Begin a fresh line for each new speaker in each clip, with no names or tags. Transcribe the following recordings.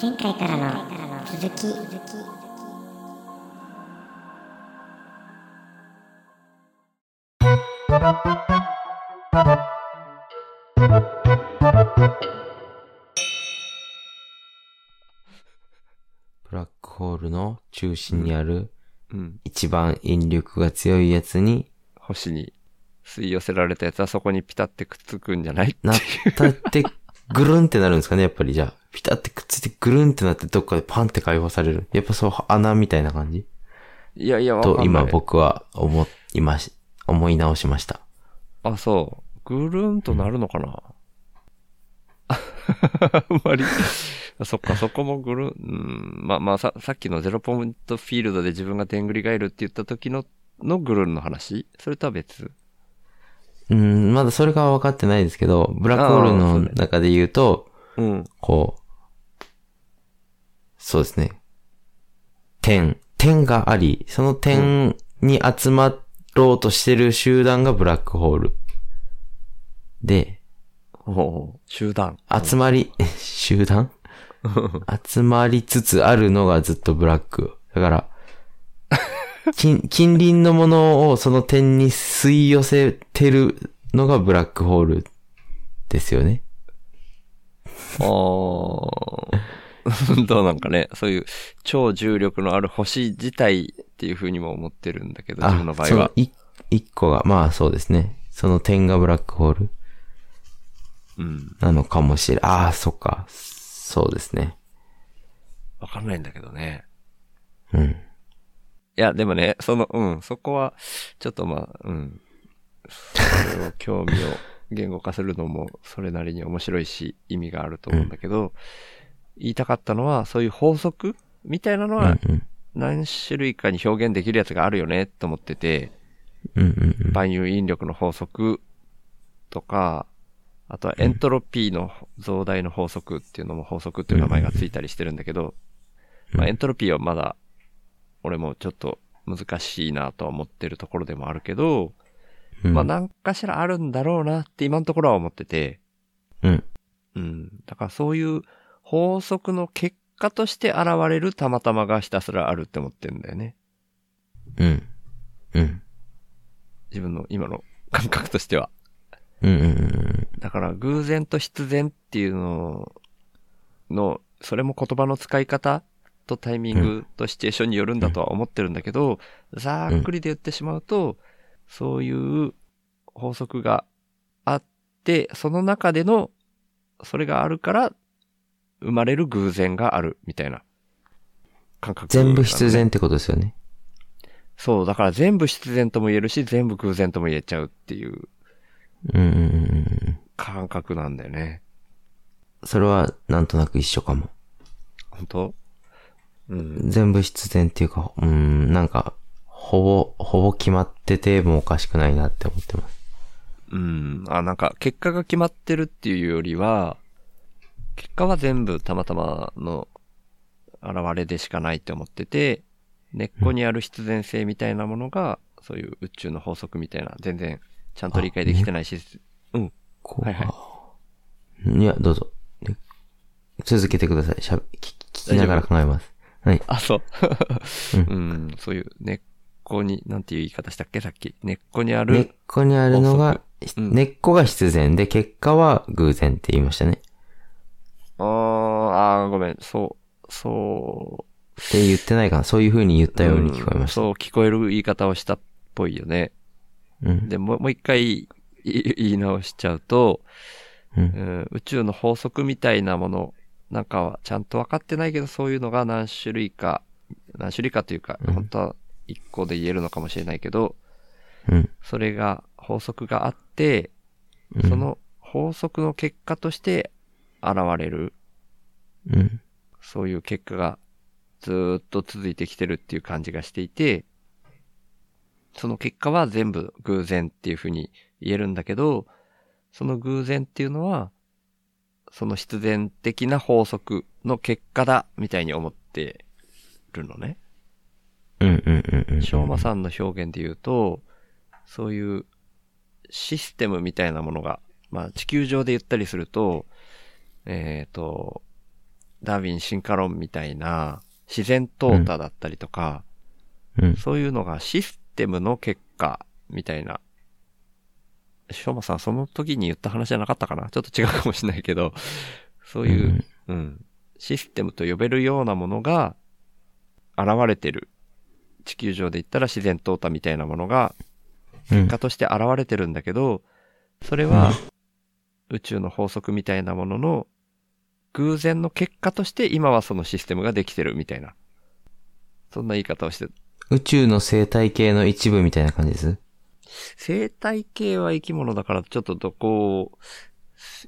前回からの続き
ブラックホールの中心にある
うん。
一番引力が強いやつに
星に吸い寄せられたやつはそこにピタってくっつくんじゃないって
なったって、ぐるんってなるんですかね、やっぱりじゃあ。ピタってくっついてぐるんってなってどっかでパンって解放される。やっぱそう穴みたいな感じ
いやいや、わかん
と
ない。
今。僕は思いまし、思い直しました。
あ、そう。ぐるんとなるのかな、 あんまり。そっか、そこもぐるん、うん、まあまあさ、さっきのゼロポイントフィールドで自分がでんぐり返るって言った時の、のぐるんの話それとは別
うん、まだそれが分かってないですけど、ブラックホールの中で言うと、
うん。
こう、そうですね。点、点があり、その点に集まろうとしてる集団がブラックホール。で、
おう集団。
集まり、 集団集まりつつあるのがずっとブラック。だから、近近隣のものをその点に吸い寄せてるのがブラックホールですよね。
あー どうなんかね、そういう超重力のある星自体っていう風にも思ってるんだけど、自分の場
そ
合
の
は。
い一個が、まあそうですね。その点がブラックホール
うん。
なのかもしれ、ああ、そっか。そうですね。
わかんないんだけどね。
うん。
いや、でもね、その、うん、そこは、ちょっとまあ、うん。それを興味を言語化するのも、それなりに面白いし、意味があると思うんだけど、言いたかったのは、そういう法則みたいなの
うんう
は、
ん。
何種類かに表現できるやつがあるよね、と思ってて、
うんうん
万有引力の法則とか、あとはエントロピーの増大の法則っていうのも法則っていう名前がついたりしてるんだけど、
うん
まあ、エントロピーはまだ、俺もちょっと難しいなとは思ってるところでもあるけど、
うん。
まあ、何かしらあるんだろうなって今のところは思ってて、
うん。
うん。だからそういう法則の結果として現れるたまたまがひたすらあるって思ってるんだよね。
うん。うん。
自分の今の感覚としては。
うんうんうん
だから、偶然と必然っていうのの、それも言葉の使い方とタイミングとシチュエーションによるんだとは思ってるんだけど、ざっくりで言ってしまうと、そういう法則があって、その中での、それがあるから、生まれる偶然がある、みたいな感覚、
全部必。然ってことですよね。
そう、だから全部必然とも言えるし、全部偶然とも言えちゃうっていう
うんうんうんうんうん。
感覚なんだよね。
それはなんとなく一緒かも。
本当うん。
全部必然っていうか、うーん、なんか、ほぼ、ほぼ決まっててもおかしくないなって思ってます。
うん。あ、なんか、結果が決まってるっていうよりは、結果は全部たまたまの現れでしかないって思ってて、根っこにある必然性みたいなものが、そういう宇宙の法則みたいな、全然ちゃんと理解できてないし、
こう
はい
いや、どうぞ。ね続けてください。しゃべ聞き聞きながら考えます。はい。
あ、そう。
う
うん、そういう根っこに、なんていう言い方したっけさっき。根っこにあ
根っ
る、
こにあるのが、
うん
根っこが必然で、結果は偶然って言いましたね。
あーあー、ごめん、そう、そう、
って言ってないかな。そういう風に言ったように聞こえました。
うんそう、聞こえる言い方をしたっぽいよね。
うん。
で、もうもう一回い言い直しちゃうと、
うん
うん宇宙の法則みたいなものなんかはちゃんと分かってないけど、そういうのが何種類か、何種類かというか、
うん
本当は一個で言えるのかもしれないけど、
うん。
それが、法則があって、
うん
そ、の法則の結果として現れる、
うん。
そういう結果がずーっと続いてきてるっていう感じがしていて、その結果は全部偶然っていうふうに言えるんだけど、その偶然っていうのは、その必然的な法則の結果だ、みたいに思ってるのね。
うんうんうんうん。
昌磨さんの表現で言うと、そういうシステムみたいなものが、まあ地球上で言ったりすると、えっ、と、ダーウィン進化論みたいな自然淘汰だったりとか、
うん。
そういうのがシステムの結果みたいな。しょうまさん、その時に言った話じゃなかったかなちょっと違うかもしれないけど、そういう、うん。システムと呼べるようなものが現れてる。地球上で言ったら自然淘汰みたいなものが
うん。うん
結果として現れてるんだけど、それは宇宙の法則みたいなものの偶然の結果として今はそのシステムができてるみたいな。そんな言い方をして、
宇宙の生態系の一部みたいな感じです。
生態系は生き物だからちょっとどこを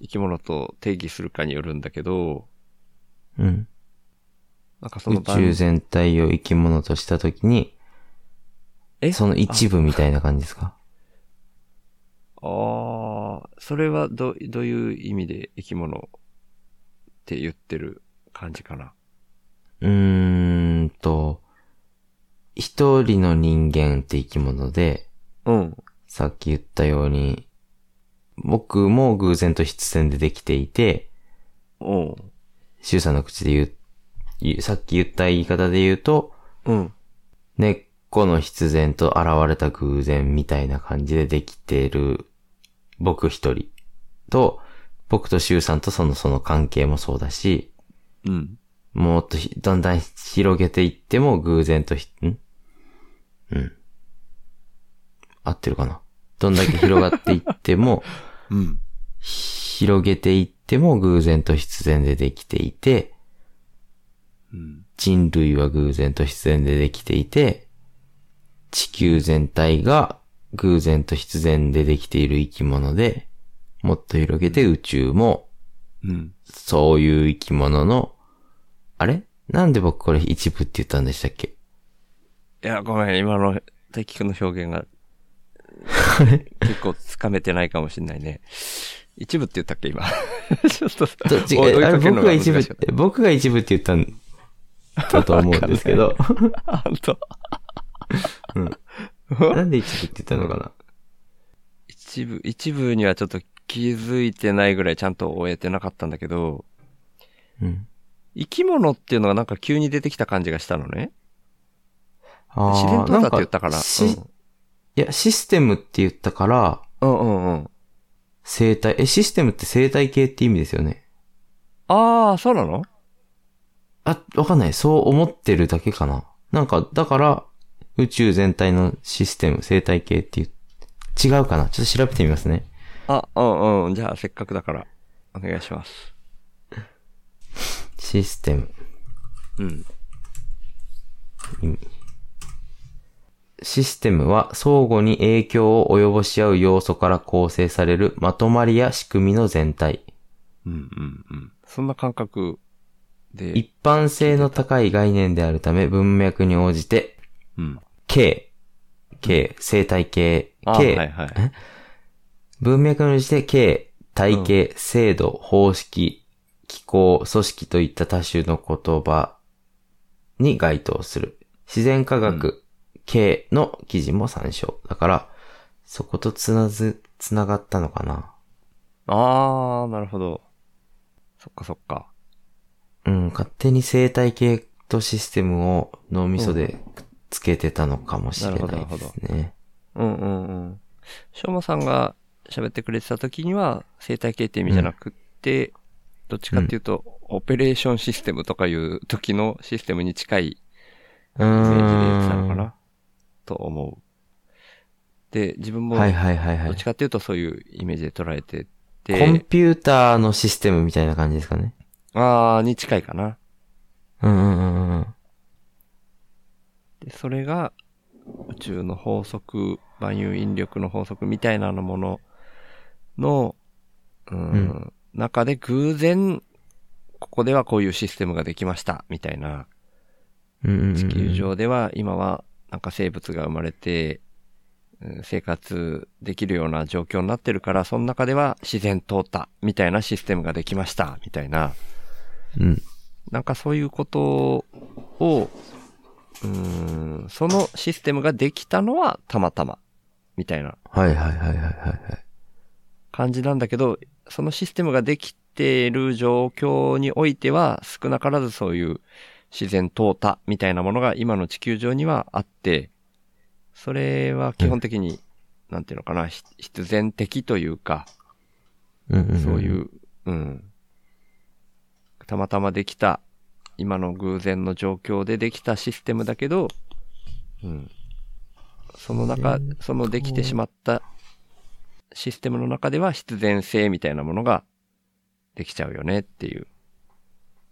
生き物と定義するかによるんだけど、
うん。
なんかその
宇宙全体を生き物としたときに、
え
その一部みたいな感じですか
ああ、それはど、どういう意味で生き物って言ってる感じかな。
うーんと、一人の人間って生き物で、
うん。
さっき言ったように、僕も偶然と必然でできていて、
うん。
シュウさんの口で言う言う、さっき言った言い方で言うと、
うん。
根っこの必然と現れた偶然みたいな感じでできてる僕一人と、僕とシュウさんとそのその関係もそうだし、
うん。
もっとひだんだん広げていっても偶然とひ、んうん。合ってるかなどんだけ広がっていっても、
うん。
広げていっても偶然と必然でできていて、
うん。
人類は偶然と必然でできていて、地球全体が偶然と必然でできている生き物で、もっと広げて宇宙も
うん。
そういう生き物の、あれなんで僕これ一部って言ったんでしたっけ
いや、ごめん、今の、大輝くんの表現が、結構つかめてないかもしれないね。一部って言ったっけ、今。 ちょっと、
どっちあ
追い
れ
かけるの
僕が一
難
部
しかっ、
僕が一部って言ったんだと思うんですけ ど、
た。本当
なんで一部って言ったのかな
一部、一部にはちょっと気づいてないぐらいちゃんと終えてなかったんだけど、
うん。
生き物っていうのがなんか急に出てきた感じがしたのね。
あ
自然
ー
淘汰って言ったから。
なんしいや、システムって言ったから、
うん、うん、うんうん。
生態、え、システムって生態系って意味ですよね。
ああ、そうなの
あ、わかんない。そう思ってるだけかな。なんか、だから、宇宙全体のシステム、生態系っていう、違うかな。ちょっと調べてみますね。
あ、うんうん。じゃあせっかくだから、お願いします。
システム。
うん。
システムは相互に影響を及ぼし合う要素から構成されるまとまりや仕組みの全体。
うんうんうん。そんな感覚で、
一般性の高い概念であるため文脈に応じて、
うん。
K、K、生態系、
あ
K、
はいはい。
文脈に応じて形、体系、制度、方式、機構、組織といった多種の言葉に該当する。自然科学、系の記事も参照。だから、そことつなず、つながったのかな。
ああ、なるほど。そっかそっか。
うん、勝手に生態系とシステムを脳みそでくっつけてたのかもしれ
な
な
る
い
ほ
で
ど
すね。
うんうんうん。しょうまさんが喋ってくれてた時には、生態系って意味じゃなくって、どっちかっていうと、オペレーションシステムとかいう時のシステムに近いイ
う
メージで言ってた
ー
のか
ん。
なと思う。で、自分も、
はい
ど
はいはいは
っ
い
ち。かっていうとそういうイメージで捉えてて、
コンピューターのシステムみたいな感じですかね。
あーに近いかな。
うんうんうんうん。
で、それが宇宙の法則、万有引力の法則みたいなのものの、うん
うん
中で偶然、ここではこういうシステムができました、みたいな。
地
地球上では今はなんか生物が生まれて、うん生活できるような状況になってるから、その中では自然淘汰、みたいなシステムができました、みたいな。
うん。
なんかそういうことを、うーん、そのシステムができたのはたまたま、みたいな
はいはいはいはいはいはい。
感じなんだけど、そのシステムができている状況においては、少なからずそういう自然淘汰みたいなものが今の地球上にはあって、それは基本的に、なんていうのかな、ひ必然的というか、
うんうんん
そうい。う、うん。たまたまできた、今の偶然の状況でできたシステムだけど、うん。その中
自然、
そのできてしまったシステムの中では必然性みたいなものができちゃうよねっていう。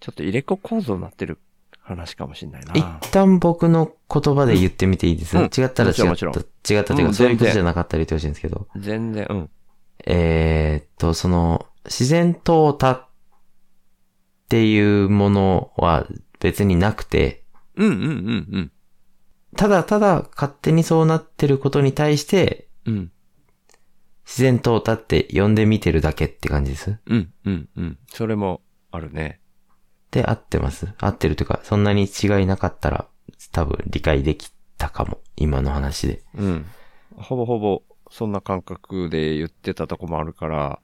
ちょっと入れ子構造になってる話かもしんない
一
な。
旦僕の言葉で言ってみていいです、
うん
違ったら違っ
もち
た、
ろん
違
もちろん
ったという
う
か、
ん
そういうこと
全然
じゃなかったら言ってほしいんですけど。
全然、うん。
えーっと、その、自然淘汰っていうものは別になくて、
うんうんうん
ただただ勝手にそうなってることに対して、
うん。うん。
自然淘汰って呼んでみてるだけって感じです。
うんうんうん。それもあるね。
で、合ってます合ってるというか、そんなに違いなかったら、多分理解できたかも。今の話で。
うん。ほぼほぼ、そんな感覚で言ってたとこもあるから、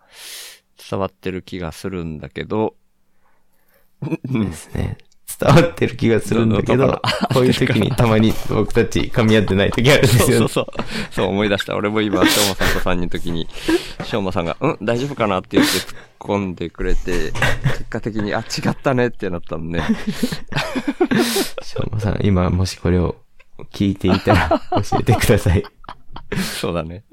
伝わってる気がするんだけど、うん
ですね。伝わってる気がするんだけ
どう
ど
か、
こういう時にたまに僕たち噛み合ってない時あるんです
そう
よ
そ
ね
う。そう。そう思い出した。俺も今、しょうまさんと3人の時に、しょうまさんが、うん大丈夫かなって言って突っ込んでくれて、結果的に、あ、違ったねってなったんで、ね、
しょうまさん、今もしこれを聞いていた ら教えてください。
そうだね。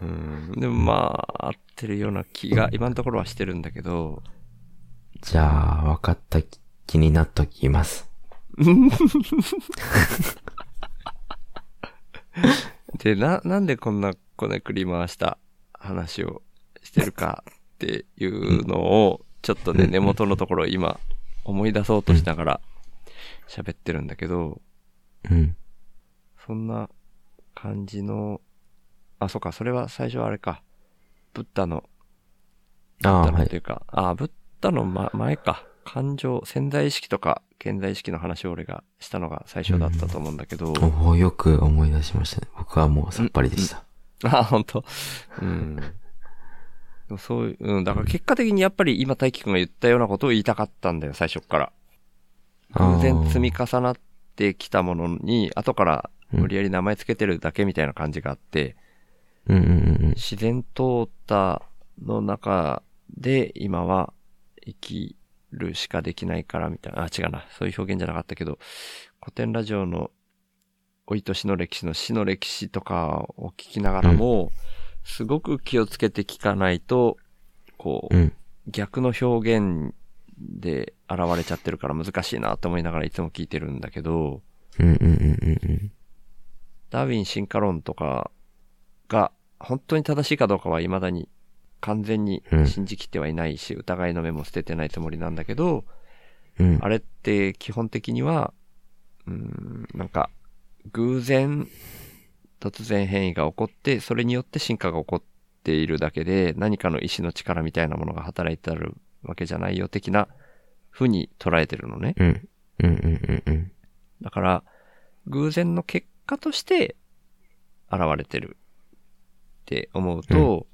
うん。でもまあ、合ってるような気が、今のところはしてるんだけど、
じゃあ、分かった気になっときます。
で、な、なんでこんなこねくり回した話をしてるかっていうのを、ちょっとね、根元のところを今思い出そうとしながら喋ってるんだけど、
うん。
そんな感じの、あ、そうか、それは最初はあれか。ブッダの、
ああ、
ブッダ
は
のとい
い。
うか、ああ、ブッダの、ま、前か。感情、潜在意識とか現在意識の話を俺がしたのが最初だったと思うんだけど、
おおよく思い出しましたね。僕はもうさっぱりでした。
あ、本当。うん。でもそういう、うん。だから結果的にやっぱり今大輝くんが言ったようなことを言いたかったんだよ、最初っから。偶然積み重なってきたものに、後から無理やり名前つけてるだけみたいな感じがあって、
うんうんうん
自然淘汰の中で今は生きるしかできないからみたいな、あ、違うな。そういう表現じゃなかったけど、古典ラジオのおいとしの歴史の死の歴史とかを聞きながらも、すごく気をつけて聞かないと、こ
うん。うん。
う、逆の表現で現れちゃってるから難しいなと思いながらいつも聞いてるんだけど、
うんうんうんうんうん。
ダーウィン進化論とかが本当に正しいかどうかは未だに完全に信じきってはいないし、疑いの目も捨ててないつもりなんだけど、
うん。
あれって基本的には、うーん、なんか、偶然、突然変異が起こって、それによって進化が起こっているだけで、何かの意志の力みたいなものが働いてあるわけじゃないよ、的な風に捉えてるのね。
うん。うんうんうんうん。
だから、偶然の結果として現れてるって思うと、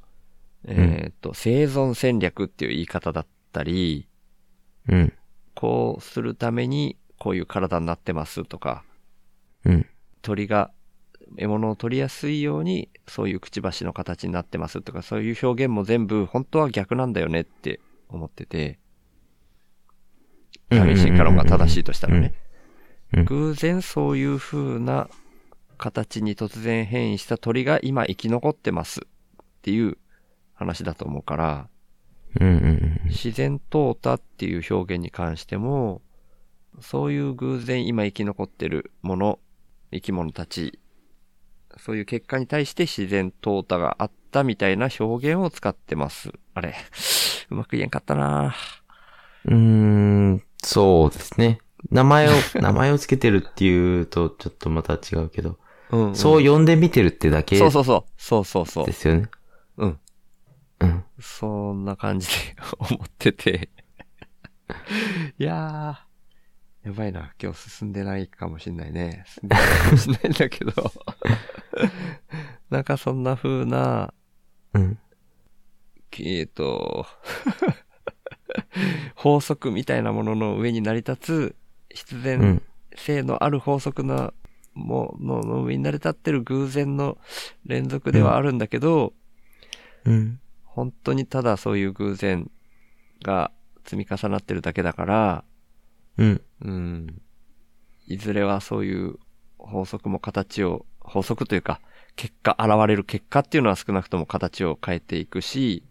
ん
えーっと、生存戦略っていう言い方だったり、
うん。
こうするためにこういう体になってますとか、
うん。
鳥が獲物を取りやすいようにそういうくちばしの形になってますとか、そういう表現も全部本当は逆なんだよねって思ってて、ダメ進化論が正しいとしたらね。
うん
偶然そういう風な形に突然変異した鳥が今生き残ってますっていう話だと思うから、
うんうんうん。
自然淘汰っていう表現に関しても、そういう偶然今生き残ってるもの、生き物たち、そういう結果に対して自然淘汰があったみたいな表現を使ってます。あれ、 うまく言えんかったな
うーん、そうですね。名前を、名前をつけてるっていうと、ちょっとまた違うけど、
うん、
そう呼んでみてるってだけ
そう
で
そうそう。そうそうそう。
すよね。
うん。
うん。
そんな感じで思ってて。 いやー、やばいな。今日進んでないかもしんないね。進んでないかもしんないんだけど。 なんかそんな風な、
うん。
えっと、 法則みたいなものの上に成り立つ、必
う
然
ん。
性のある法則なものの上に成り立ってる偶然の連続ではあるんだけど、
うん。
本当にただそういう偶然が積み重なってるだけだから、
うん。
うん。いずれはそういう法則も形を、法則というか、結果、現れる結果っていうのは少なくとも形を変えていくし、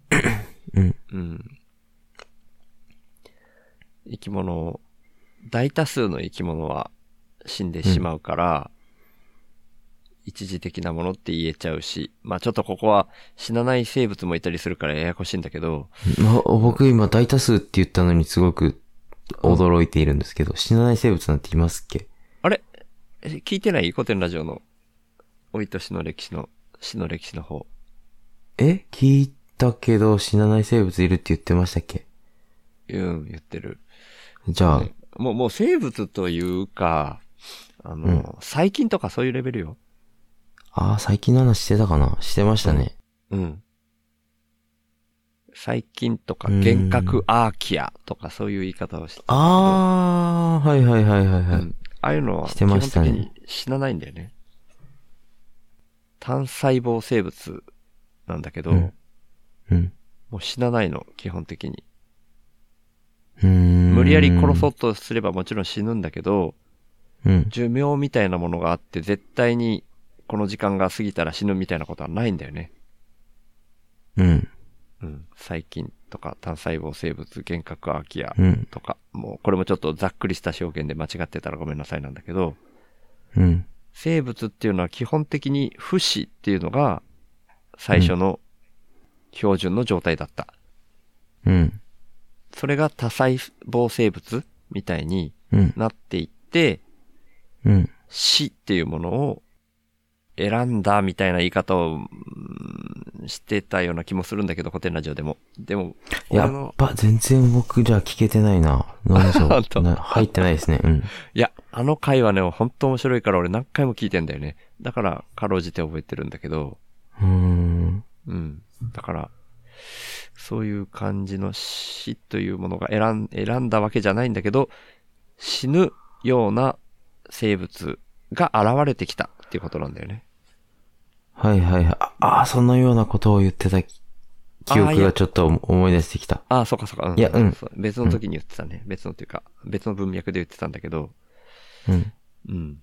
うん。
うん。生き物を、大多数の生き物は死んでしまうから、一時的なものって言えちゃうし、まあちょっとここは死なない生物もいたりするからややこしいんだけど、
ま僕今大多数って言ったのにすごく驚いているんですけど、死なない生物なんていますっけ
あれえ聞いてない古典ラジオの、おいとしの歴史の、死の歴史の方。
え聞いたけど死なない生物いるって言ってましたっけ
うん、言ってる。
じゃあ、
もう、もう生物というか、あの、
うん
細菌とかそういうレベルよ。
ああ、最近の話してたかなしてましたね。
うん。細菌とか幻覚アーキアとかそういう言い方をして、
ああ、はいはいはいはいは
う
い。
んああいうのは
し
基
て
本
ま
的
したね
に死なないんだよね。単細胞生物なんだけど、
うんうん。
もう死なないの、基本的に。
うーん
無理やり殺そうとすればもちろん死ぬんだけど、
うん。
寿命みたいなものがあって、絶対にこの時間が過ぎたら死ぬみたいなことはないんだよね。
うん。
うん。細菌とか単細胞生物、幻覚アーキア
うん。
とか、もうこれもちょっとざっくりした表現で間違ってたらごめんなさいなんだけど、
うん。
生物っていうのは基本的に不死っていうのが最初の標準の状態だった。
うん。
それが多細胞生物みたいに
うん。
なっていって、
うん。
死っていうものを選んだみたいな言い方を、うんしてたような気もするんだけど、古典ラジオでも。でも、
や
俺
っ
の、
ぱ全然僕じゃあ聞けてないな。なんでしょ
本当
う。な入ってないですね。うん。
いや、あの回はね、本当面白いから俺何回も聞いてんだよね。だから、かろうじて覚えてるんだけど、
うーん。
うん。だから、そういう感じの死というものが選ん、選んだわけじゃないんだけど、死ぬような生物が現れてきたっていうことなんだよね。
はいはいはい。ああー、そのようなことを言ってた記記
あー
憶
いや
がちょっと思い出してきた。
ああ、そうかそうか。
いやうん
そう別の時に言ってたね。別のというか、別の文脈で言ってたんだけど。
うん。
うん。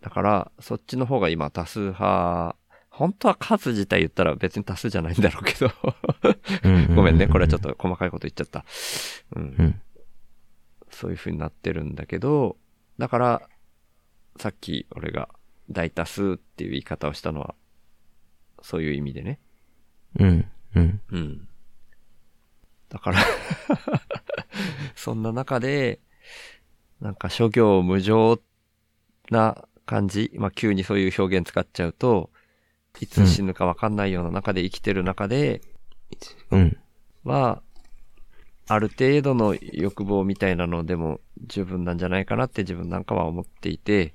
だから、そっちの方が今多数派、本当は数自体言ったら別に多数じゃないんだろうけど。
うんうんうんうん
ごめんね。これはちょっと細かいこと言っちゃった。うん
うん。
そういう風になってるんだけど、だから、さっき俺が大多数っていう言い方をしたのは、そういう意味でね。
うん。うん。
うん。だから、 そんな中で、なんか諸行無常な感じ、まあ急にそういう表現使っちゃうと、いつ死ぬかわかんないような中で生きてる中で
うん。
は、ある程度の欲望みたいなのでも十分なんじゃないかなって自分なんかは思っていて、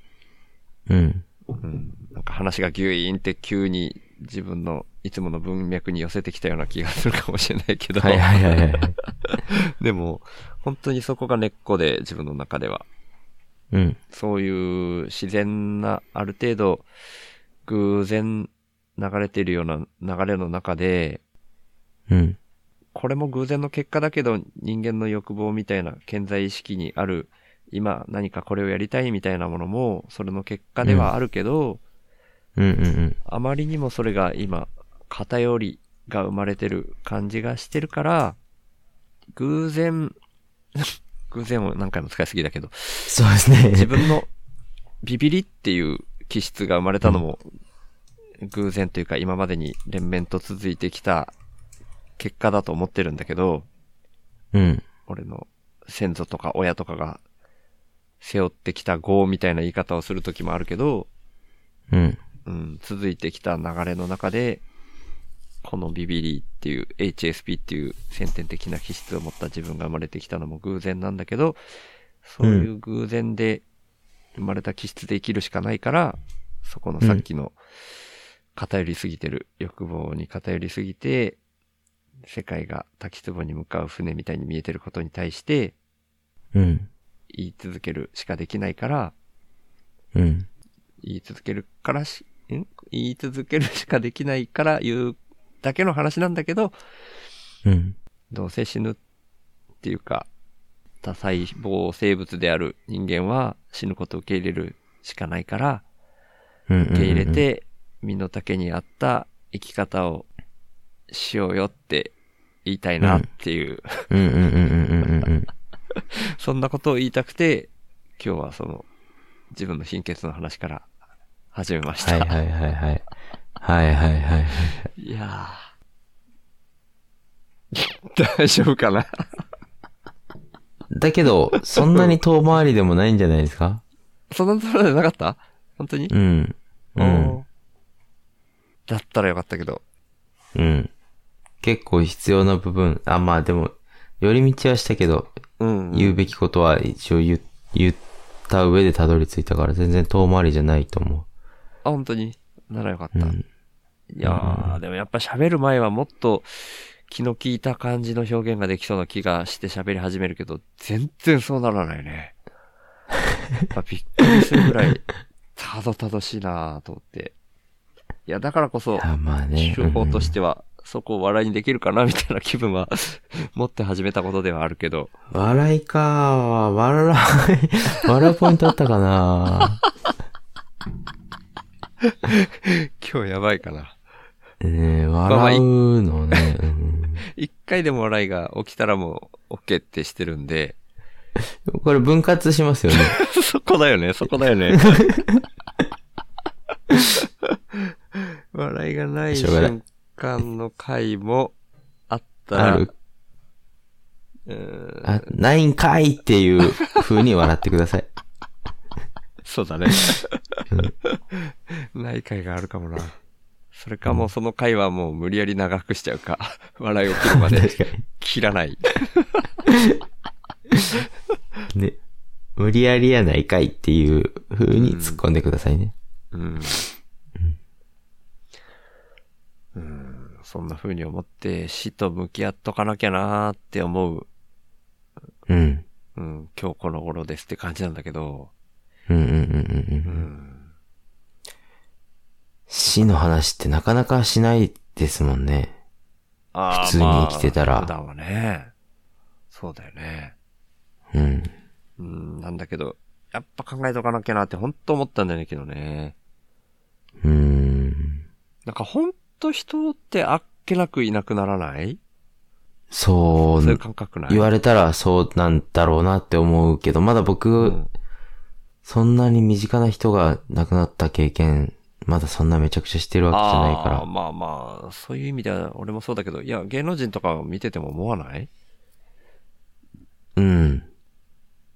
うん。
うん、なんか話がギュイーンって急に自分のいつもの文脈に寄せてきたような気がするかもしれないけど、
はいはいはいはい。
でも、本当にそこが根っこで、自分の中では。
うん。
そういう自然な、ある程度、偶然流れているような流れの中で、
うん。
これも偶然の結果だけど、人間の欲望みたいな健在意識にある、今何かこれをやりたいみたいなものも、それの結果ではあるけど、
うんうんうん。
あまりにもそれが今、偏りが生まれてる感じがしてるから、偶然、 偶然を何回も使いすぎだけど、
そうですね。
自分のビビリっていう気質が生まれたのも、偶然というか今までに連綿と続いてきた結果だと思ってるんだけど、
うん。
俺の先祖とか親とかが背負ってきた業みたいな言い方をする時もあるけど、
うん。
うん、続いてきた流れの中で、このビビリっていう HSP っていう先天的な気質を持った自分が生まれてきたのも偶然なんだけど、そういう偶然で生まれた気質で生きるしかないから、そこのさっきの偏りすぎてる欲望に偏りすぎて、世界が滝壺に向かう船みたいに見えてることに対して
うん。
言い続けるしかできないから、
うん。
言い続けるからし、ん言い続けるしかできないから言うだけの話なんだけど、
うん。
どうせ死ぬっていうか、多細胞生物である人間は死ぬことを受け入れるしかないから、
うん。
受け入れ、て、身の丈に合った生き方をしようよって言いたいなっ ていう、
うんうんうんうんうんうん。
そんなことを言いたくて、今日はその、自分の貧血の話から始めました。
はいはいはいはい。はいはいはい。
いやー 大丈夫かな
だけど、そんなに遠回りでもないんじゃないですか
そんなところじゃなかった本当に、
うん。うん。
おーだったらよかったけど。
うん。結構必要な部分。あ、まあでも、寄り道はしたけど、
うん
言うべきことは一応言言った上でたどり着いたから、全然遠回りじゃないと思
あ、本当にならよかっ
う。う
た。
ん。
いやー、でもやっぱ喋る前はもっと気の利いた感じの表現ができそうな気がして喋り始めるけど、全然そうならないね。 やっぱびっくりするぐらい、たどたどしいなーと思って。いや、だからこそ、
あまあね。
手法としては、そこを笑いにできるかなみたいな気分は 持って始めたことではあるけど、
うん笑いか笑い、笑うポ イントあったかな
今日やばいかな。
ねえ
あまあ
笑うのね。うん
一回でも笑いが起きたらもう OK ってしてるんで、
これ分割しますよね。
そこだよね、そこだよね。笑いがない
しょうがない
瞬間の回もあったら、
ある
うーん
あ、ないんかいっていう風に笑ってください。
そうだね。ない回があるかもな。それかもうその回はもう無理やり長くしちゃうか。笑いを切るまで
確かに。
切らない。
ね、無理やりやないかいっていう風に突っ込んでくださいね。
うん。うん、そんな風に思って死と向き合っとかなきゃなーって思う
うん。
うん、今日この頃ですって感じなんだけど、
うんうんうんうん
う
うん。
ん、
死の話ってなかなかしないですもんね。
あー
普通に生きてたら
まあ普段はね、そうだよね。
うん。
うん、なんだけど、やっぱ考えとかなきゃなって本当思ったんだよね、昨日ね。
うーん。
なんか本当人ってあっけなくいなくならない
そ
そういう
う、
感覚ない
言われたらそうなんだろうなって思うけど、まだ
う
僕、
ん
そんなに身近な人が亡くなった経験、まだそんなめちゃくちゃしてるわけじゃないか
あー
ら。
まあまあ、そういう意味では俺もそうだけど、いや、芸能人とか見てても思わない
うん。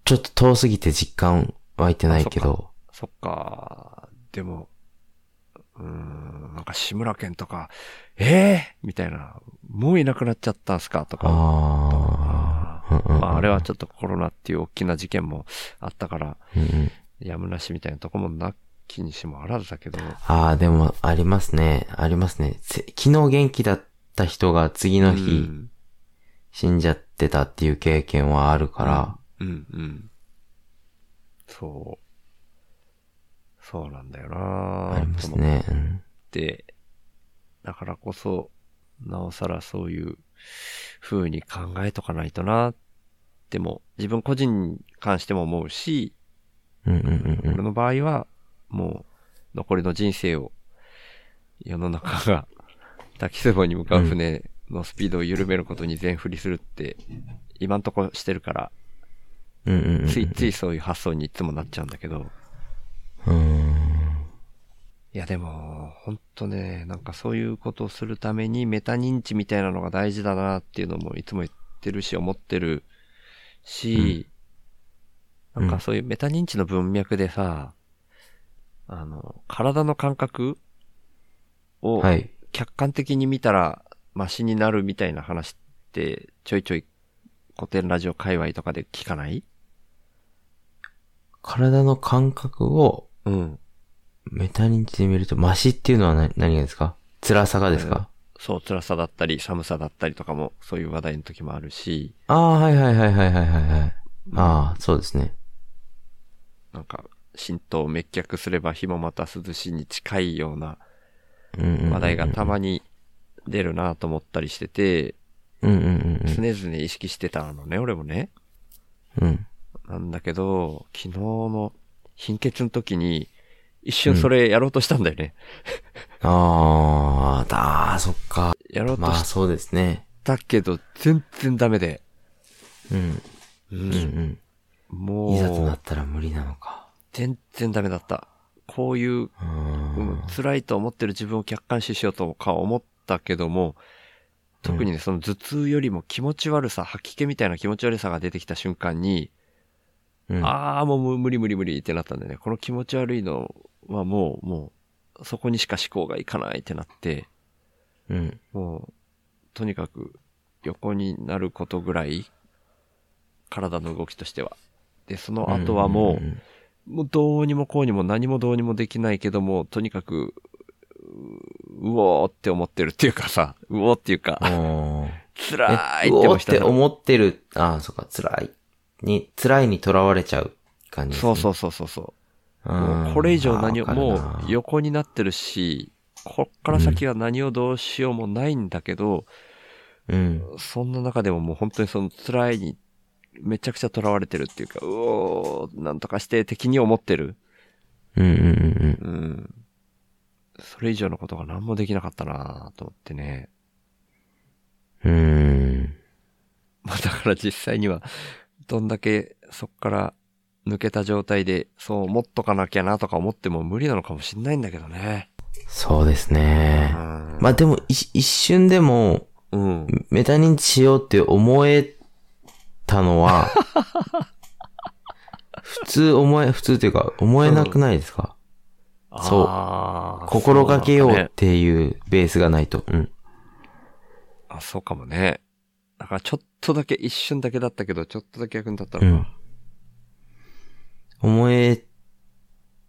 ちょっと遠すぎて実感湧いてないけど。
そっか、でも、うーん、なんか志村けんとか、ええみたいな、もういなくなっちゃったんすかとか。
あ
あ
あ。うんうんうん
まあ、あれはちょっとコロナっていう大きな事件もあったから、
うんうん
やむなしみたいなとこもなきにしもあらずだけど、
ああ、でも、ありますね。ありますね。せ昨日元気だった人が次の
う
日、
ん
死んじゃってたっていう経験はあるから、
うんうん。そう。そうなんだよな
ありますね。うん
って、だからこそ、なおさらそういう風に考えとかないとな、でも、自分個人に関しても思うし、
うんうんうんう
俺
ん。
の場合は、もう、残りの人生を、世の中が、 滝壺に向かう船のスピードを緩めることに全振りするって、今んとこしてるから、
うんうんうん。
ついついそういう発想にいつもなっちゃうんだけど、
うーん。
いやでも、ほんとね、なんかそういうことをするためにメタ認知みたいなのが大事だなっていうのもいつも言ってるし、思ってるし、
うん
なんかそういうメタ認知の文脈でさ、あの、体の感覚を
はい。
客観的に見たらマシになるみたいな話ってちょいちょい古典ラジオ界隈とかで聞かない
体の感覚を
うん。
メタ認知で見ると、マシっていうのは何何がですか辛さがですか
そう、辛さだったり、寒さだったりとかも、そういう話題の時もあるし、
ああ、はいはいはいはいはいはいはい。ああ、そうですね。
なんか、浸透滅却すれば日もまた涼しいに近いような
うんうんうんうん
話題がたまに出るなと思ったりしてて、
うんうんうん
常々意識してたのね、俺もね。
うん。うん。
なんだけど、昨日の貧血の時に、一瞬それやろうとしたんだよね。
ああ、だー、そっか。
やろうと
まあ
し
そうですね。
たけど、全然ダメで。
うん。うんうん。
も
いざとな
う
っ、たら無理なのか。
全然ダメだった。こういう、
うー
うん
ん。
辛いと思ってる自分を客観視しようとか思ったけども、特にね、その頭痛よりも気持ち悪さ、吐き気みたいな気持ち悪さが出てきた瞬間に、
うん、
ああ、もう無理無理無理ってなったんだよね。この気持ち悪いのはもう、もう、そこにしか思考がいかないってなって、
うん。
もう、とにかく横になることぐらい、体の動きとしては。で、その後はもう、
ん
もうどうにもこうにも何もどうにもできないけども、とにかく、ううおーって思ってるっていうかさ、うおーっていうか、
うんうん。おー
辛
え
いって
うおー
思っ
ったて思ってる。ああ、そっか、辛い。に、辛いにとらわれちゃう感じです、
そ
ね。
うそうそうそうそう。
う
も
ん。
うこれ以上何
あ
を、
ー
も
わか
う
るな
横になってるし、こっから先は何をどうしようもないんだけど、
うん。
そんな中でももう本当にその辛いにめちゃくちゃ囚われてるっていうか、うおー、なんとかして敵に思ってる。
うんうんうん
うん。それ以上のことが何もできなかったなぁと思ってね。
うん。うーん。
まあだから実際には、どんだけそっから抜けた状態で、そう思っとかなきゃなとか思っても無理なのかもしんないんだけどね。
そうです
う
ね。
ん。
まあでも、い一瞬でも、
うん。
メタ認知しようって思えたの は、普通思え、普通というか、思えなくないですか、そう
う
心がけよう
そうだ
っ
ね
ていうベースがないと。うん。
あ、そうかもね。だからちょっとだけ一瞬だけだったけど、ちょっとだけ役に立った
う
の
ん
か。。
思え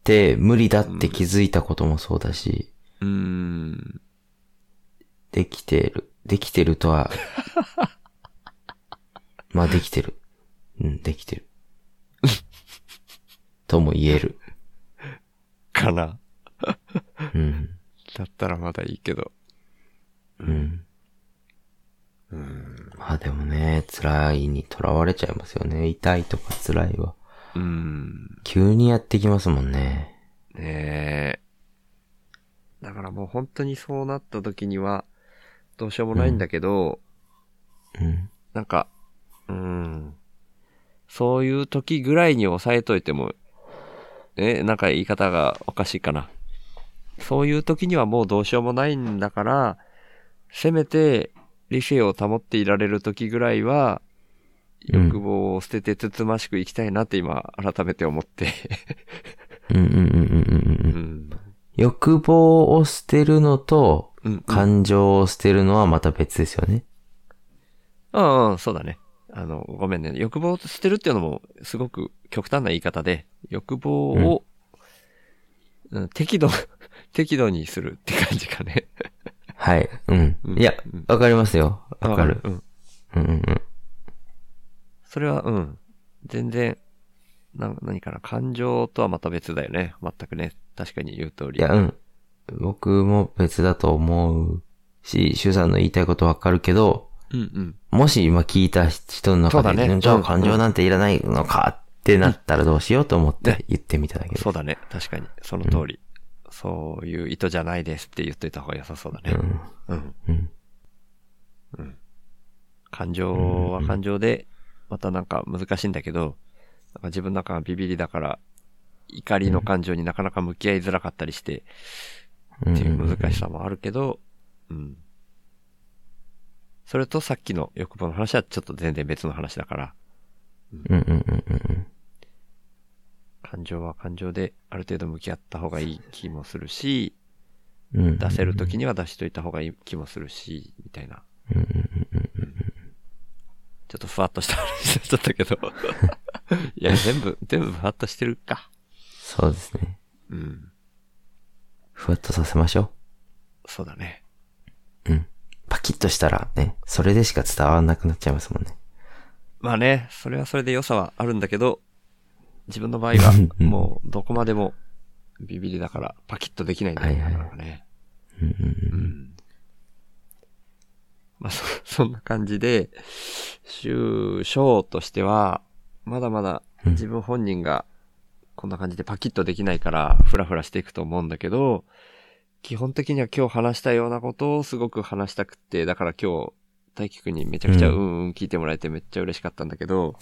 て無理だって気づいたこともそうだし、
うーん。
できてる。できてると は、まあできてる。うん、できてる。 とも言える。
かな。
うん。
だったらまだいいけど。
うん。まあでもね、辛いにとらわれちゃいますよね。痛いとか辛いは。
うーん。
急にやってきますもんね。
ねえ。だからもう本当にそうなった時には、どうしようもないんだけど、
うん。
なんか、うーん。そういう時ぐらいに抑えといても、え、なんか言い方がおかしいかな。そういう時にはもうどうしようもないんだから、せめて理性を保っていられる時ぐらいは、
うん
欲望を捨ててつつましく生きたいなって今改めて思って。
うんうんうんうんうんう。
うんん。
欲望を捨てるのと、
うん。
感情を捨てるのはまた別ですよね。
うん、うん、そうだね。あの、ごめんね。欲望を捨てるっていうのも、すごく極端な言い方で、欲望を、うん、適度、 適度にするって感じかね。
はい。うん
う。ん
いや
うん、
わかりますよ。わかる。
うん。
うんうんうん。
それは、うん。全然、な、何かな。感情とはまた別だよね。全くね。確かに言う通り。
いや、うん。僕も別だと思うし、シュウさんの言いたいことわかるけど、
うんうん。
もし今聞いた人の中
そうだ
で、
ね
じゃ
う
あ
ん
感情なんていらないのかってなったらどうしようと思って言ってみただけです。
そうだね。確かに。その通り。そういう意図じゃないですって言っといた方が良さそうだね。
うん
うん。
うん
感情は感情で、またなんか難しいんだけど、なんか自分の中がビビりだから、怒りの感情になかなか向き合いづらかったりして、
うん
っていう難しさもあるけど、うん。それとさっきの欲望の話はちょっと全然別の話だから、
うんうんうんうん
感情は感情である程度向き合った方がいい気もするし、
うんうん。
出せる時には出しといた方がいい気もするし、みたいな。ちょっとふわっとした話になっちゃったけど。いや、全部、全部ふわっとしてるか。
そうですね。
うん。
ふわっとさせましょ
そうだね。
う。うん。パキッとしたらね、それでしか伝わらなくなっちゃいますもんね。
まあね、それはそれで良さはあるんだけど、自分の場合はもうどこまでもビビりだからパキッとできないんだよね。
はいはい
なかなかね
うんうん
う
うん。
んまあそ、 そんな感じで、就章としては、まだまだ
うん
自分本人がこんな感じでパキッとできないから、フラフラしていくと思うんだけど、基本的には今日話したようなことをすごく話したくって、だから今日、大輝くんにめちゃくちゃ
う
うんんうん聞いてもらえてめっちゃ嬉しかったんだけど、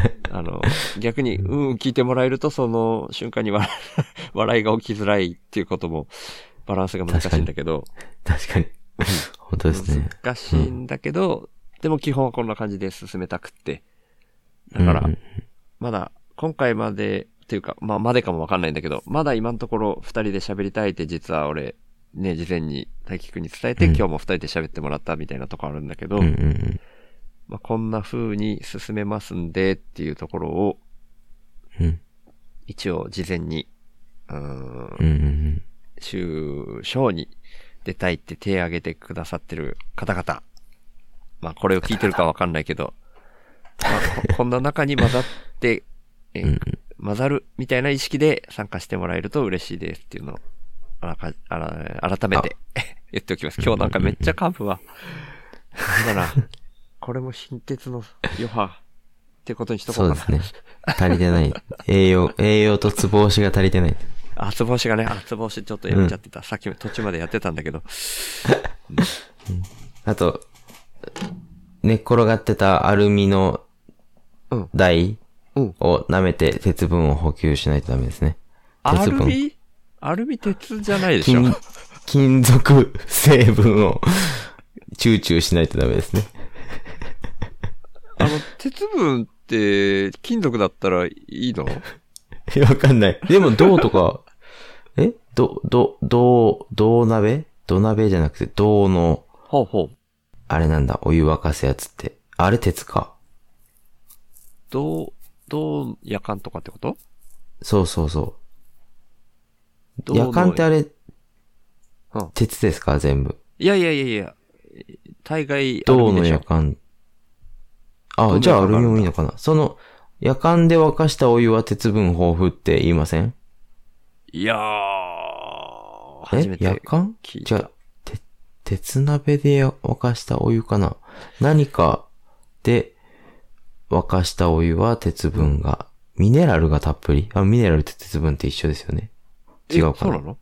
あの、逆にうんうん聞いてもらえるとその瞬間に笑い 笑いが起きづらいっていうこともバランスが難しいんだけど、
確かに。本当ですね。
難しいんだけど、でも基本はこんな感じで進めたくって。だから、
うん
まだ、今回まで、っていうか、まあ、までかもわかんないんだけど、まだ今のところ二人で喋りたいって実は俺、ね、事前に大輝くんに伝えて、
うん
今日も二人で喋ってもらったみたいなとこあるんだけ
う
ど、
んうんうん
まあ、こんな風に進めますんでっていうところを、
うん。
一応事前に、うーん
うんうんうん。
週、章に出たいって手を挙げてくださってる方々。まあ、これを聞いてるかわかんないけど、まあ、ここんな中に混ざって、え
うんうん
混ざるみたいな意識で参加してもらえると嬉しいですっていうのを、あらかあら改めて 言っておきます。今日なんかめっちゃカーブは、だな。これも貧血の余波ってことにしとこ
そうう
か
で
な。
すね。足りてない。栄養、栄養とつぼ押しが足りてない。
厚帽子がね、厚帽子ちょっとやめちゃってた。さっきも途中までやってたんだけど。
あと、寝っ転がってたアルミの
うん
台
うん
を舐めて鉄分を補給しないとダメですね。
ア
鉄
ル
分
ミアルミ鉄じゃないでしょ
金、金属成分をチューチューしないとダメですね。
あの、鉄分って金属だったらいいの
いやわかんない。でも、銅とか、えど、ど、銅、銅鍋銅鍋じゃなくて、銅の、
ほうほう。
あれなんだ、お湯沸かすやつって。あれ鉄か。
銅、銅夜間とかってこと
そうそうそ
銅
う。
の
夜間ってあれ
うん、
鉄ですか全部。
いやいやいやいや、大概アル
銅
ミ
の
でし
夜
ょ。
間。
銅の
あ、
夜間
じゃあアルミ
があるんだ
もいいのかなその、夜間で沸かしたお湯は鉄分豊富って言いません
いやー、初
え
めて
夜間
聞い
じゃ
た
あ。、て、鉄鍋で沸かしたお湯かな何かで沸かしたお湯は鉄分が、ミネラルがたっぷり。あ、ミネラルと鉄分って一緒ですよね。違う
え
か
そう
な
なの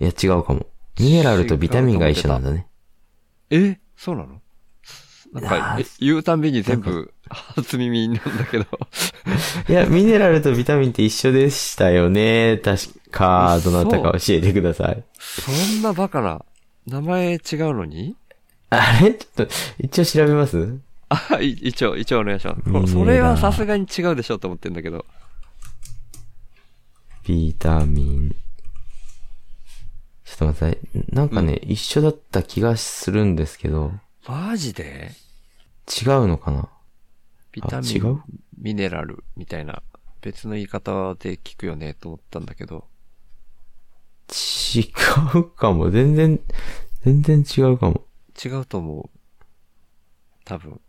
いや、違うかも。ミネラルとビタミンが一緒なんだね。
えそうなのなんか、え言うたんびに全部、初耳なんだけど。
いや、ミネラルとビタミンって一緒でしたよね。確か、どなたか教えてください。
そんなバカな。名前違うのに
あれちょっと、一応調べます
あ、い一応、一応お願いしま
いいね
す。それはさすがに違うでしょうと思ってんだけど。
ビタミン。ちょっと待ってください。なんかね、一緒だった気がするんですけど、
マジで
違うのかな
ビタミ
違う
ン、ミネラルみたいな別の言い方で聞くよねと思ったんだけど。
違うかも。全然、全然違うかも。
違うと思う。多分。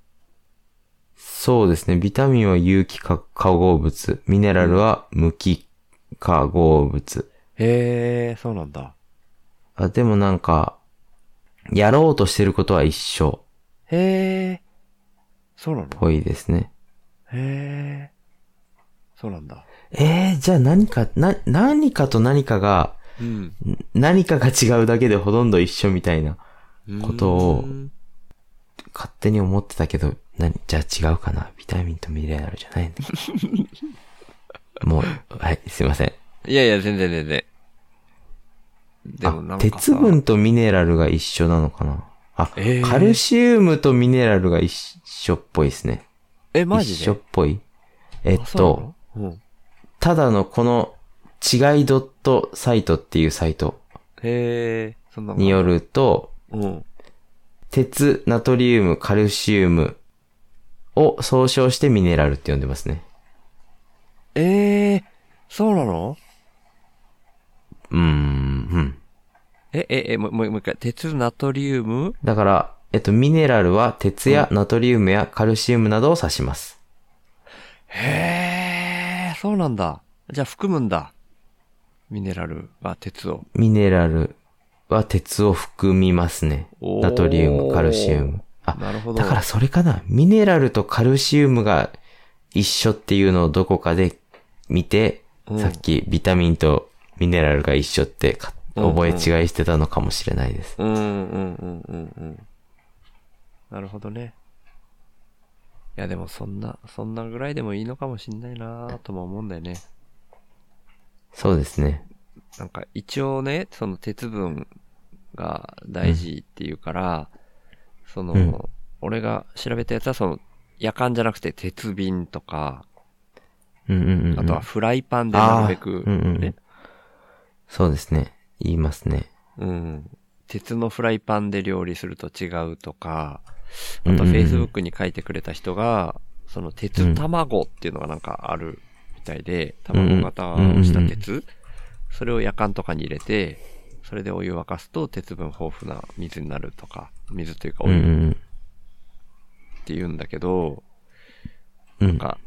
そうですね。ビタミンは有機化化合物。ミネラルは無機化合物。
へえ、そうなんだ。
あ、でもなんか、やろうとしてることは一緒
へえ、そうなの
っぽいですね。
へえ、そうなんだ。
えー、じゃあ何か、な、何かと何かが、
うん。
ん何かが違うだけでほとんど一緒みたいな。ことを
うん
勝手に思ってたけど、なじゃあ違うかな。ビタミンとミネラルじゃ ないんだ。もう、はい、すいません。
いやいや、全然全然。でもな
あ
んかさ
鉄分とミネラルが一緒なのかな。あ、
えー
カルシウムとミネラルが一緒っぽいですね。
え、マジで
一緒っぽい。えっ
あ
と、
そうなのうん。
ただのこの違いドットサイトっていうサイト
へえ、そんなの
によると、
うん。
鉄、ナトリウム、カルシウムを総称してミネラルって呼んでますね。
ええー、そうなの
うーん、うん。
え、え、え、もう、もうもう一回、鉄、ナトリウム、
だから、えっと、ミネラルは鉄やナトリウムやカルシウムなどを指します。
へえ、そうなんだ。じゃあ含むんだ。ミネラルは鉄を。
ミネラルは鉄を含みますね。
おー
ナトリウム、カルシウム。あ、
なるほど。
だからそれかな。ミネラルとカルシウムが一緒っていうのをどこかで見て、
うん
さっきビタミンとミネラルが一緒ってか
うんうん
覚え違いしてたのかもしれないです。
うんうんうんうんうん。なるほどね。いやでもそんな、そんなぐらいでもいいのかもしんないなぁとも思うんだよね。
そうですね。
なんか一応ね、その鉄分が大事っていうから、その、
うん
俺が調べたやつはその、夜間じゃなくて鉄瓶とか、
うんうんうんうん。
あとはフライパンでなるべく、
あーうんうん
ね、
そうですね。言いますね。
うん。鉄のフライパンで料理すると違うとか、あ
うんうん
と
うん
Facebook に書いてくれた人が、その鉄卵っていうのがなんかあるみたいで、
うんうん
卵型をした鉄、それを夜間とかに入れて、それでお湯沸かすと鉄分豊富な水になるとか、水というかお
うんう
湯っ
ん
て言うんだけど、
うん。う
なん
ん。
か、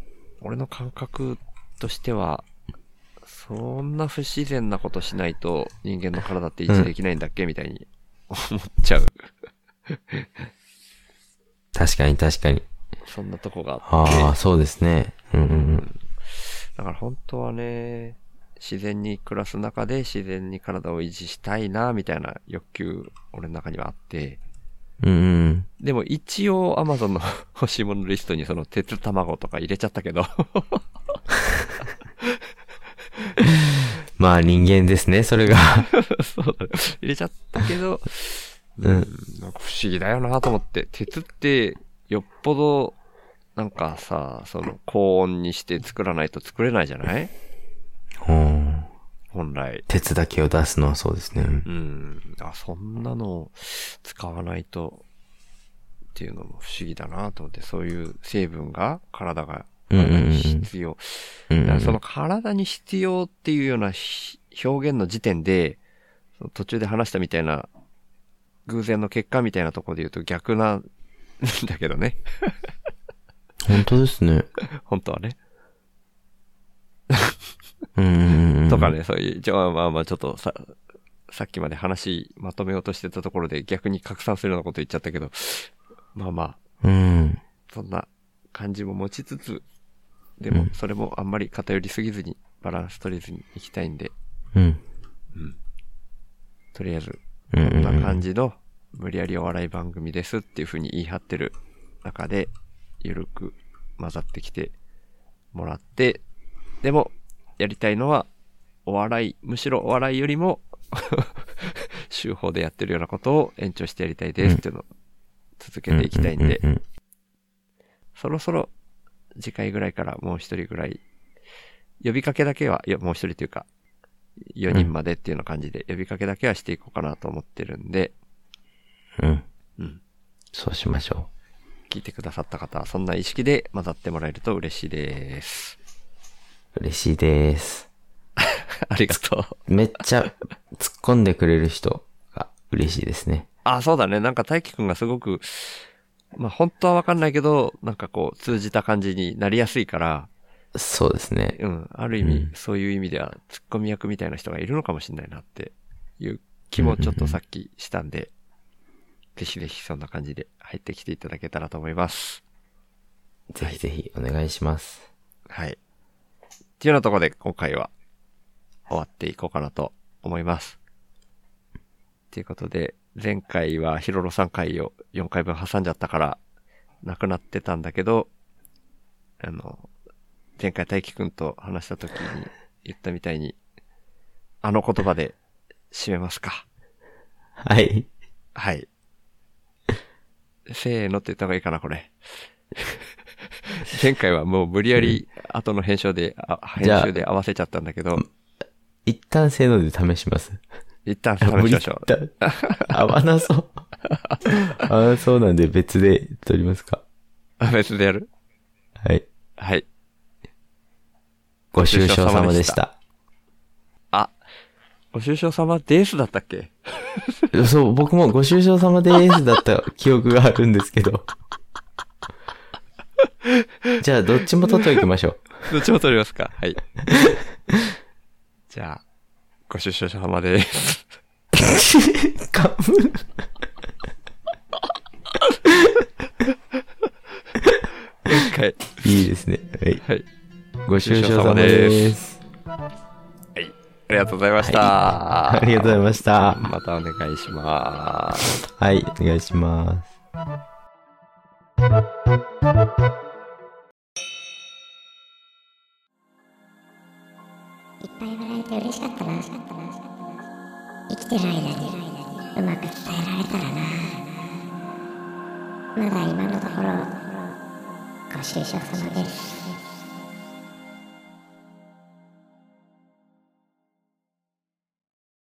俺の感覚としては、そんな不自然なことしないと人間の体って維持できないんだっけみたいに思っちゃう。
確かに確かに。
そんなとこがあって。
ああ、そうですね。うんうんうん。
だから本当はね、自然に暮らす中で自然に体を維持したいな、みたいな欲求、俺の中にはあって。
うんうん。
でも一応 Amazon の 欲しいものリストにその鉄卵とか入れちゃったけど。
まあ人間ですね、それが。
そうだね。入れちゃったけど、
うん
なんか不思議だよなと思って。鉄ってよっぽど、なんかさ、その高温にして作らないと作れないじゃない
うん
本来。
鉄だけを出すのはそうですね。うん
うん。あ、そんなのを使わないとっていうのも不思議だなと思って、そういう成分が体が、
うんうんうん
体に必要。
うん
だからその体に必要っていうようなひ表現の時点で、その途中で話したみたいな、偶然の結果みたいなところで言うと逆なんだけどね。
本当ですね。
本当はね。
うんうんうんうん。
とかね、そういう、じゃあまあまあちょっとさ、さっきまで話まとめようとしてたところで逆に拡散するようなこと言っちゃったけど、まあまあ、
うん。
そんな感じも持ちつつ、で
う
も
ん
それもあんまり偏りすぎずにバランス取りずにいきたいんで、
うん。
とりあえず
うん
こん
うんう。
なん感じの無理やりお笑い番組ですっていう風に言い張ってる中で、ゆるく混ざってきてもらって、でもやりたいのはお笑い、むしろお笑いよりも 手法でやってるようなことを延長してやりたいですっていうのを続けていきたいんで
う、ん
そろそろ次回ぐらいからもう一人ぐらい、呼びかけだけは、いや、もう一人というか、4人までっていうような感じで、呼びかけだけはしていこうかなと思ってるんで、
うんうん。
うん。
そうしましょ
聞いてくださった方は、そんな意識で混ざってもらえると嬉しいです。
う。嬉しいです。
ありがとう。
めっちゃ突っ込んでくれる人が嬉しいですね。
あ、そうだね。なんか大輝くんがすごく、まあ本当はわかんないけど、なんかこう通じた感じになりやすいから、
そうですね。
うん、ある意味、
うん
そういう意味では、ツッコミ役みたいな人がいるのかもしれないなっていう気もちょっとさっきしたんで、ぜひぜひそんな感じで入ってきていただけたらと思います。
ぜひぜひお願いします。
はい。っていうようなところで今回は終わっていこうかなと思います。ということで、前回はヒロロさん回を4回分挟んじゃったから、なくなってたんだけど、あの、前回大輝くんと話した時に言ったみたいに、あの言葉で締めますか。
はい。
はい。 せーのって言った方がいいかな、これ。 前回はもう無理やり後の編集で、あ編
じゃあ
集で合わせちゃったんだけど、
一旦せーので試します。
一旦試
あ
し
無理
ま
だ
しょう。。
合わなそう。合わなそうなんで別で撮りますか。
あ別でやる
はい。
はい。
ご愁傷様でした。
あ、ご愁傷様ですだったっけ
そう、僕もご愁傷様でーすだった記憶があるんですけど。 じゃあ、どっちも取っておきま しょ
どっちも取りま すかはい。じゃあ、ご出所 様です。
う。かぶ
もう一回。
いいですね。はい。
はい。
ご愁傷様でー。
ご愁傷様ですはい。ありがとうございました。
ありがとうございました。
またお願いします。
はい、お願いします。
いっぱい笑えて嬉しかったな生きてる間にうまく伝えられたらなまだ今のところご愁傷様です